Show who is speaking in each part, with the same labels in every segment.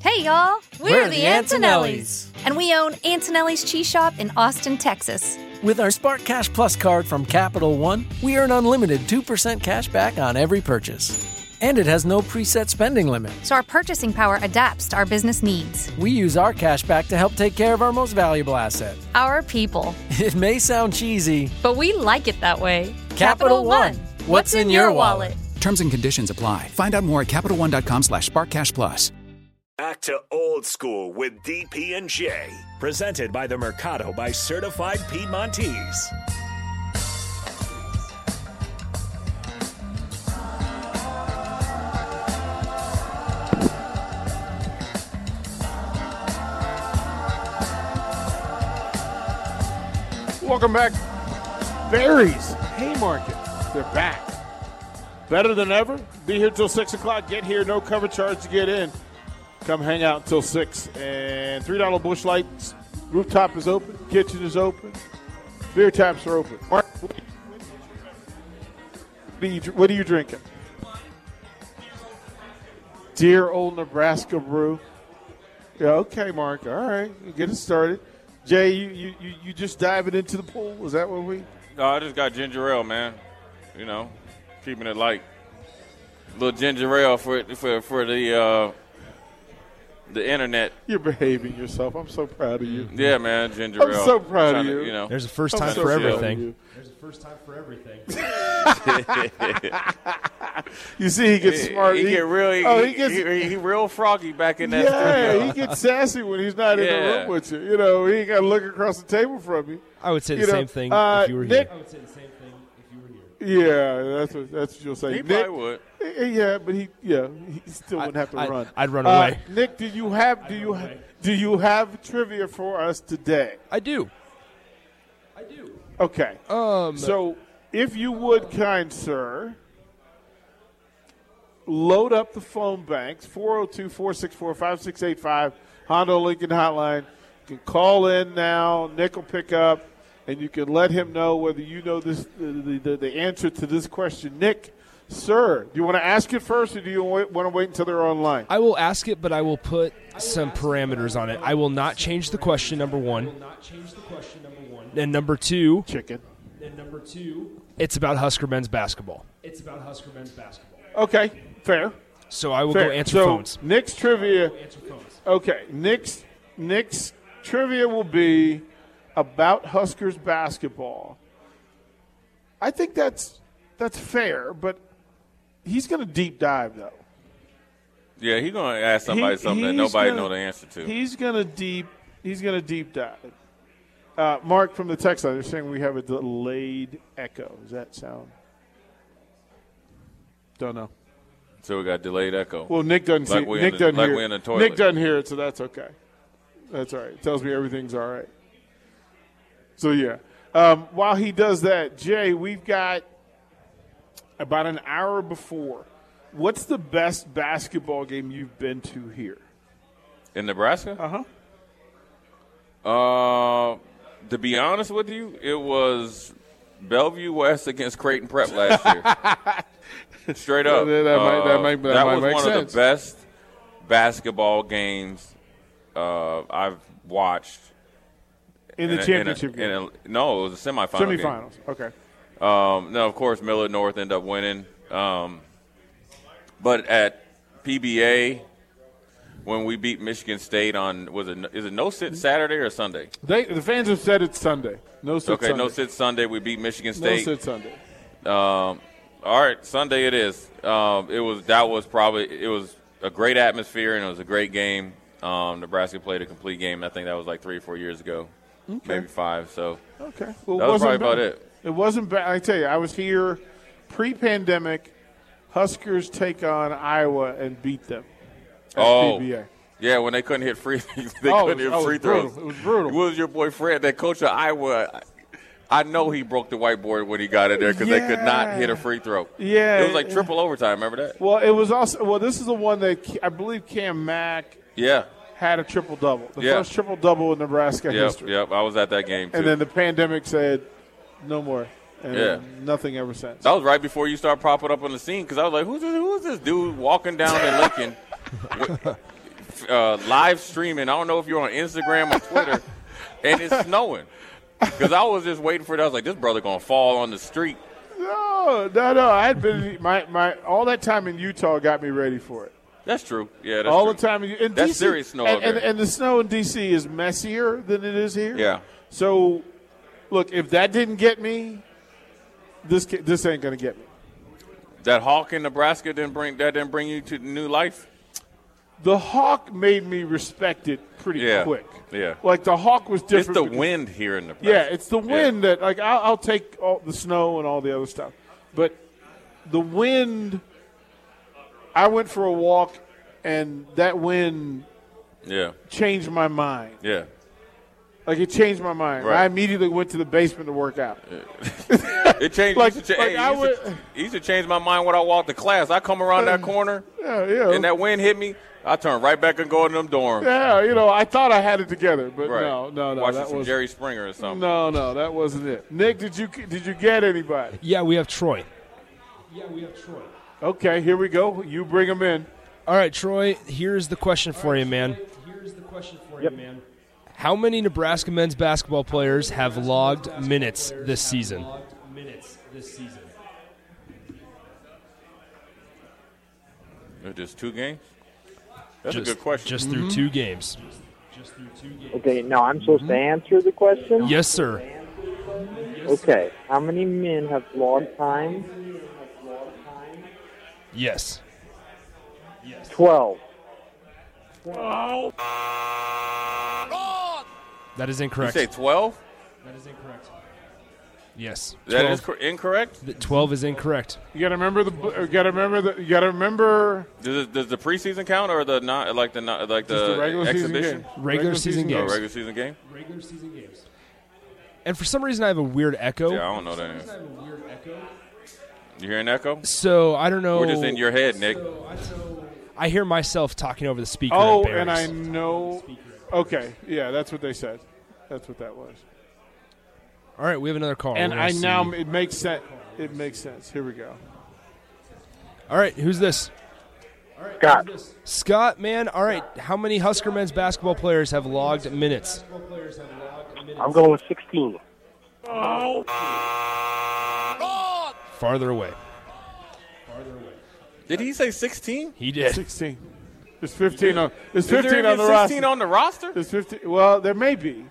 Speaker 1: Hey, y'all. We're, the Antonellis. And we own Antonelli's Cheese Shop in Austin, Texas.
Speaker 2: With our Spark Cash Plus card from Capital One, we earn unlimited 2% cash back on every purchase. And it has no preset spending limit.
Speaker 1: So our purchasing power adapts to our business needs.
Speaker 2: We use our cash back to help take care of our most valuable asset.
Speaker 1: Our people.
Speaker 2: It may sound cheesy.
Speaker 1: But we like it that way.
Speaker 2: Capital One. What's in your wallet?
Speaker 3: Terms and conditions apply. Find out more at CapitalOne.com slash SparkCash Plus.
Speaker 4: Back to old school with DP and J, presented by the Mercado by Certified Piedmontese.
Speaker 5: Welcome back. Berries, Haymarket, they're back. Better than ever. Be here till 6 o'clock. Get here, no cover charge to get in. Come hang out until 6. And $3 bush lights. Rooftop is open. Kitchen is open. Beer taps are open. Mark, what are you, what are you drinking? Dear Old Nebraska Brew. Yeah, okay, Mark. All right, get it started. Jay, you, you, you, you just diving into the pool? Is that what we?
Speaker 6: No, I just got ginger ale, man. You know, keeping it light. Little ginger ale for for for the uh, the internet.
Speaker 5: You're behaving yourself. I'm so proud of you.
Speaker 6: Yeah, man, ginger
Speaker 5: I'm
Speaker 6: ale.
Speaker 5: so proud of
Speaker 6: Tryna,
Speaker 5: you.
Speaker 6: you know,
Speaker 7: There's a first
Speaker 5: I'm
Speaker 7: time
Speaker 5: so
Speaker 7: for
Speaker 5: proud of
Speaker 7: everything.
Speaker 5: you.
Speaker 8: There's a first time for everything.
Speaker 5: You see, he gets
Speaker 6: He-
Speaker 5: smart.
Speaker 6: He, get real. He,
Speaker 5: oh,
Speaker 6: he
Speaker 5: he gets.
Speaker 6: he, he real froggy back in that
Speaker 5: yeah,
Speaker 6: studio.
Speaker 5: he gets sassy when he's not in the
Speaker 6: Yeah.
Speaker 5: room with you. You know, he ain't got to look across the table from you.
Speaker 7: I would say the
Speaker 5: You know,
Speaker 7: same thing
Speaker 5: uh,
Speaker 7: if you were
Speaker 5: Nick-
Speaker 7: here.
Speaker 8: I would say the same thing if you were here.
Speaker 5: Yeah, that's what that's what you'll say.
Speaker 6: He
Speaker 5: Nick,
Speaker 6: probably would.
Speaker 5: Eh, Yeah, but he yeah he still wouldn't have to
Speaker 7: I-
Speaker 5: run.
Speaker 7: I'd run
Speaker 5: Uh,
Speaker 7: away.
Speaker 5: Nick, do you have do you ha- do you have trivia for us today?
Speaker 7: I do.
Speaker 8: I do.
Speaker 5: Okay.
Speaker 7: Um,
Speaker 5: So, if you would, kind sir, load up the phone banks 402 464 5685, Honda Lincoln Hotline. You can call in now, Nick will pick up, and you can let him know whether you know this the, the, the answer to this question. Nick, sir, do you want to ask it first or do you want to wait until they're online?
Speaker 7: I will ask it, but I will put some parameters on it. I will not change the question, number
Speaker 8: Will
Speaker 7: one.
Speaker 8: not change the question number one.
Speaker 7: And number two,
Speaker 5: Chicken.
Speaker 8: And number two,
Speaker 7: it's about Husker men's basketball.
Speaker 8: it's about Husker men's basketball.
Speaker 5: Okay, fair.
Speaker 7: So I will
Speaker 5: fair.
Speaker 7: go answer
Speaker 5: so,
Speaker 7: phones.
Speaker 5: Nick's trivia.
Speaker 8: Answer phones.
Speaker 5: Okay, Nick's Nick's trivia will be about Huskers basketball. I think that's that's fair, but he's going to deep dive though.
Speaker 6: Yeah, he gonna ask somebody
Speaker 5: He-
Speaker 6: something that
Speaker 5: he's
Speaker 6: nobody
Speaker 5: gonna-
Speaker 6: know the answer to.
Speaker 5: He's going to deep he's going to deep dive. Uh, Mark from the text line, they're saying we have a delayed echo. Does that sound? Don't know.
Speaker 6: so we got delayed echo.
Speaker 5: Well, Nick doesn't
Speaker 6: Like
Speaker 5: see-
Speaker 6: we in
Speaker 5: Nick
Speaker 6: the-
Speaker 5: doesn't
Speaker 6: like
Speaker 5: hear
Speaker 6: we
Speaker 5: it.
Speaker 6: in the toilet.
Speaker 5: Nick doesn't hear it, so that's okay. That's all right. It tells me everything's all right. So yeah. Um, while he does that, Jay, we've got about an hour before. What's the best basketball game you've been to here?
Speaker 6: in Nebraska?
Speaker 5: huh.
Speaker 6: Uh, to be honest with you, it was Bellevue West against Creighton Prep last year. Straight up.
Speaker 5: That- that might- that
Speaker 6: Uh,
Speaker 5: might- that
Speaker 6: that
Speaker 5: might
Speaker 6: was
Speaker 5: make
Speaker 6: one of
Speaker 5: sense.
Speaker 6: the best basketball games uh, I've watched.
Speaker 5: In the
Speaker 6: a-
Speaker 5: championship
Speaker 6: in a- in a- no, it was a semifinal.
Speaker 5: game,
Speaker 6: game.
Speaker 5: semifinals. Okay.
Speaker 6: Um, now, of course, Miller North ended up winning. Um, but at PBA, when we beat Michigan State on was it is it no sit Saturday or Sunday?
Speaker 5: They, the fans have said it's Sunday. No sit
Speaker 6: okay,
Speaker 5: Sunday.
Speaker 6: no sit Sunday. We beat Michigan
Speaker 5: No
Speaker 6: State.
Speaker 5: sit Sunday.
Speaker 6: Um, all right, Sunday it is. Um, it was that was probably it was a great atmosphere and it was a great game. Um, Nebraska played a complete game. I think that was like three or four years ago, maybe five. So
Speaker 5: Okay. Well,
Speaker 6: That
Speaker 5: wasn't
Speaker 6: was probably about
Speaker 5: bad.
Speaker 6: it.
Speaker 5: It wasn't bad. I tell you, I was here pre-pandemic. Huskers take on Iowa and beat them. at
Speaker 6: Oh.
Speaker 5: PBA.
Speaker 6: yeah, when they couldn't hit free, they
Speaker 5: Oh, it
Speaker 6: couldn't
Speaker 5: was-
Speaker 6: hit
Speaker 5: oh, it
Speaker 6: free
Speaker 5: was brutal.
Speaker 6: throws.
Speaker 5: It was brutal.
Speaker 6: Who was your boy Fred, that coach of Iowa? I I know he broke the whiteboard when he got in there because they could
Speaker 5: Yeah.
Speaker 6: not hit a free throw.
Speaker 5: Yeah.
Speaker 6: it was like triple overtime. Remember that?
Speaker 5: Well, it was also well. This is the one that K- I believe Cam Mack
Speaker 6: Yeah,
Speaker 5: had a triple double. The
Speaker 6: Yeah.
Speaker 5: first triple double in Nebraska
Speaker 6: yep,
Speaker 5: history.
Speaker 6: yep. I was at that game too.
Speaker 5: And then the pandemic said, no more. And
Speaker 6: Yeah.
Speaker 5: Nothing ever since.
Speaker 6: That was right before you start popping up on the scene because I was like, who's this, who's this dude walking down in Lincoln? Wh- uh, live streaming. I don't know if you're on Instagram or Twitter, and it's snowing. Because I was just waiting for it. I was like, this brother gonna fall on the street.
Speaker 5: No, no, no. I had been my, my all that time in Utah got me ready for it.
Speaker 6: That's true. Yeah, that's
Speaker 5: all
Speaker 6: true.
Speaker 5: the time in, in
Speaker 6: That's
Speaker 5: DC,
Speaker 6: serious snow
Speaker 5: and,
Speaker 6: out there.
Speaker 5: and, and the snow in DC is messier than it is here.
Speaker 6: Yeah.
Speaker 5: So, look, if that didn't get me, this ca- this ain't gonna get me.
Speaker 6: That hawk in Nebraska didn't bring that didn't bring you to new life.
Speaker 5: The hawk made me respect it pretty
Speaker 6: Yeah.
Speaker 5: quick.
Speaker 6: Yeah.
Speaker 5: Like the hawk was different.
Speaker 6: It's the
Speaker 5: because-
Speaker 6: wind here in Nebraska.
Speaker 5: Yeah, it's the wind that like I'll, I'll take all the snow and all the other stuff, but the wind. I went for a walk, and that wind
Speaker 6: Yeah.
Speaker 5: changed my mind.
Speaker 6: Yeah.
Speaker 5: Like it changed my mind.
Speaker 6: Right.
Speaker 5: I immediately went to the basement to work out.
Speaker 6: It changed.
Speaker 5: Like-
Speaker 6: used to, cha-
Speaker 5: like
Speaker 6: hey,
Speaker 5: I
Speaker 6: used to-
Speaker 5: would-
Speaker 6: used to change my mind when I walked to class. I come around that corner,
Speaker 5: Yeah, yeah.
Speaker 6: and that wind hit me. I turn right back and go in them dorms.
Speaker 5: yeah, you know, I thought I had it together, but
Speaker 6: Right.
Speaker 5: no, no, no,
Speaker 6: Watching
Speaker 5: that
Speaker 6: some
Speaker 5: was
Speaker 6: Jerry Springer or something.
Speaker 5: no, no, that wasn't it. Nick, did you did you get anybody?
Speaker 7: Yeah, we have Troy.
Speaker 8: Yeah, we have Troy.
Speaker 5: Okay, here we go. You bring them in.
Speaker 7: All right, Troy, here's the question for you, man.
Speaker 8: Here's the question for you, man.
Speaker 7: How many Nebraska men's basketball players have logged minutes this season?
Speaker 8: Logged minutes this season.
Speaker 6: They're just two games. That's
Speaker 7: just,
Speaker 6: a good question.
Speaker 7: Just through two games.
Speaker 8: Just through two games.
Speaker 9: Okay, now I'm supposed to answer the question?
Speaker 7: Yes, sir.
Speaker 9: Okay, how many men have logged time?
Speaker 7: Yes.
Speaker 9: 12.
Speaker 7: That is
Speaker 6: you
Speaker 7: incorrect.
Speaker 6: say twelve?
Speaker 8: That is incorrect.
Speaker 7: yes.
Speaker 6: That is
Speaker 7: 12.
Speaker 6: cor- incorrect.
Speaker 7: Th- 12 is incorrect.
Speaker 5: You gotta remember the. You gotta remember the. You gotta remember
Speaker 6: Does, it, does the preseason count or the not like the not like
Speaker 5: just
Speaker 6: the,
Speaker 5: the regular season
Speaker 6: exhibition
Speaker 5: game.
Speaker 7: Regular season
Speaker 6: or
Speaker 7: games.
Speaker 6: regular season game?
Speaker 8: Regular season games.
Speaker 7: And for some reason, I have a weird echo.
Speaker 6: Yeah, I don't know that.
Speaker 8: I
Speaker 6: Answer.
Speaker 8: have a weird echo.
Speaker 6: You hear an echo?
Speaker 7: So I don't know.
Speaker 6: We're just in your head, Nick.
Speaker 8: So I know
Speaker 7: I hear myself talking over the speaker.
Speaker 5: Oh,
Speaker 7: it
Speaker 5: and I
Speaker 7: buries.
Speaker 5: know. Okay, yeah, that's what they said. That's what that was.
Speaker 7: All right, we have another call.
Speaker 5: And
Speaker 7: We're gonna
Speaker 5: I
Speaker 7: Oh, see.
Speaker 5: now it makes sense. It makes sense. Here we go.
Speaker 7: All right, who's this?
Speaker 9: Scott,
Speaker 7: Scott, man. All right, how many Husker men's basketball players have logged minutes?
Speaker 8: players have logged minutes.
Speaker 9: I'm going with 16.
Speaker 7: Farther away.
Speaker 6: Did he say sixteen?
Speaker 7: He did.
Speaker 5: Sixteen. There's fifteen on. There's
Speaker 6: Is there
Speaker 5: fifteen on
Speaker 6: even
Speaker 5: the
Speaker 6: 16
Speaker 5: roster.
Speaker 6: on the roster? Does
Speaker 5: There's fifteen. Well, there may be.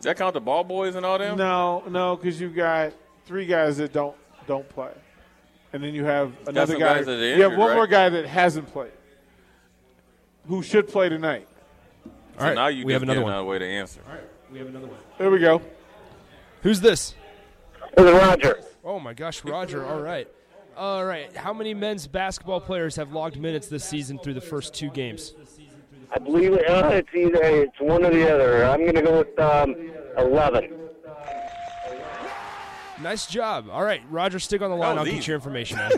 Speaker 6: that count the ball boys and all them?
Speaker 5: No, no, because you got three guys that don't don't play, and then you have another
Speaker 6: some
Speaker 5: guy.
Speaker 6: guys that are
Speaker 5: you have
Speaker 6: injured,
Speaker 5: one
Speaker 6: right?
Speaker 5: more guy that hasn't played, who should play tonight.
Speaker 7: All right,
Speaker 6: Now you
Speaker 7: we
Speaker 6: just
Speaker 7: have another
Speaker 6: get
Speaker 7: one.
Speaker 6: another way to answer.
Speaker 8: All right, we have another one.
Speaker 5: There we go.
Speaker 7: Who's this?
Speaker 9: This is Roger.
Speaker 7: Oh my gosh, Roger. All right. All right. How many men's basketball players have logged minutes this season through the first two games?
Speaker 9: I believe uh, it's either it's one or the other. I'm going to go with um, 11.
Speaker 7: Nice job. All right, Roger, stick on the line.
Speaker 6: was
Speaker 7: I'll get
Speaker 6: easy.
Speaker 7: your information. Man.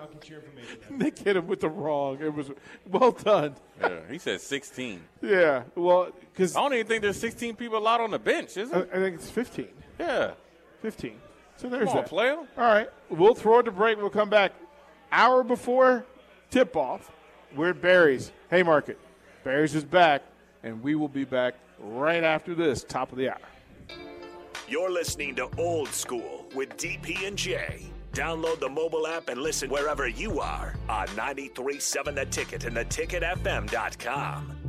Speaker 8: I'll get your information.
Speaker 5: Nick hit him with the wrong. It was well done.
Speaker 6: Yeah, he said sixteen.
Speaker 5: Yeah. Well, because
Speaker 6: I
Speaker 5: I
Speaker 6: don't even think there's sixteen people allowed on the bench, is
Speaker 5: I
Speaker 6: it?
Speaker 5: think it's fifteen.
Speaker 6: Yeah.
Speaker 5: Fifteen. So there's
Speaker 6: Come on,
Speaker 5: that.
Speaker 6: player.
Speaker 5: All right. We'll throw it to break. We'll come back. Hour before tip off, we're at Barry's Haymarket. Barry's is back, and we will be back right after this, top of the hour.
Speaker 4: You're listening to Old School with DP and J. Download the mobile app and listen wherever you are on 937 The Ticket and theticketfm.com.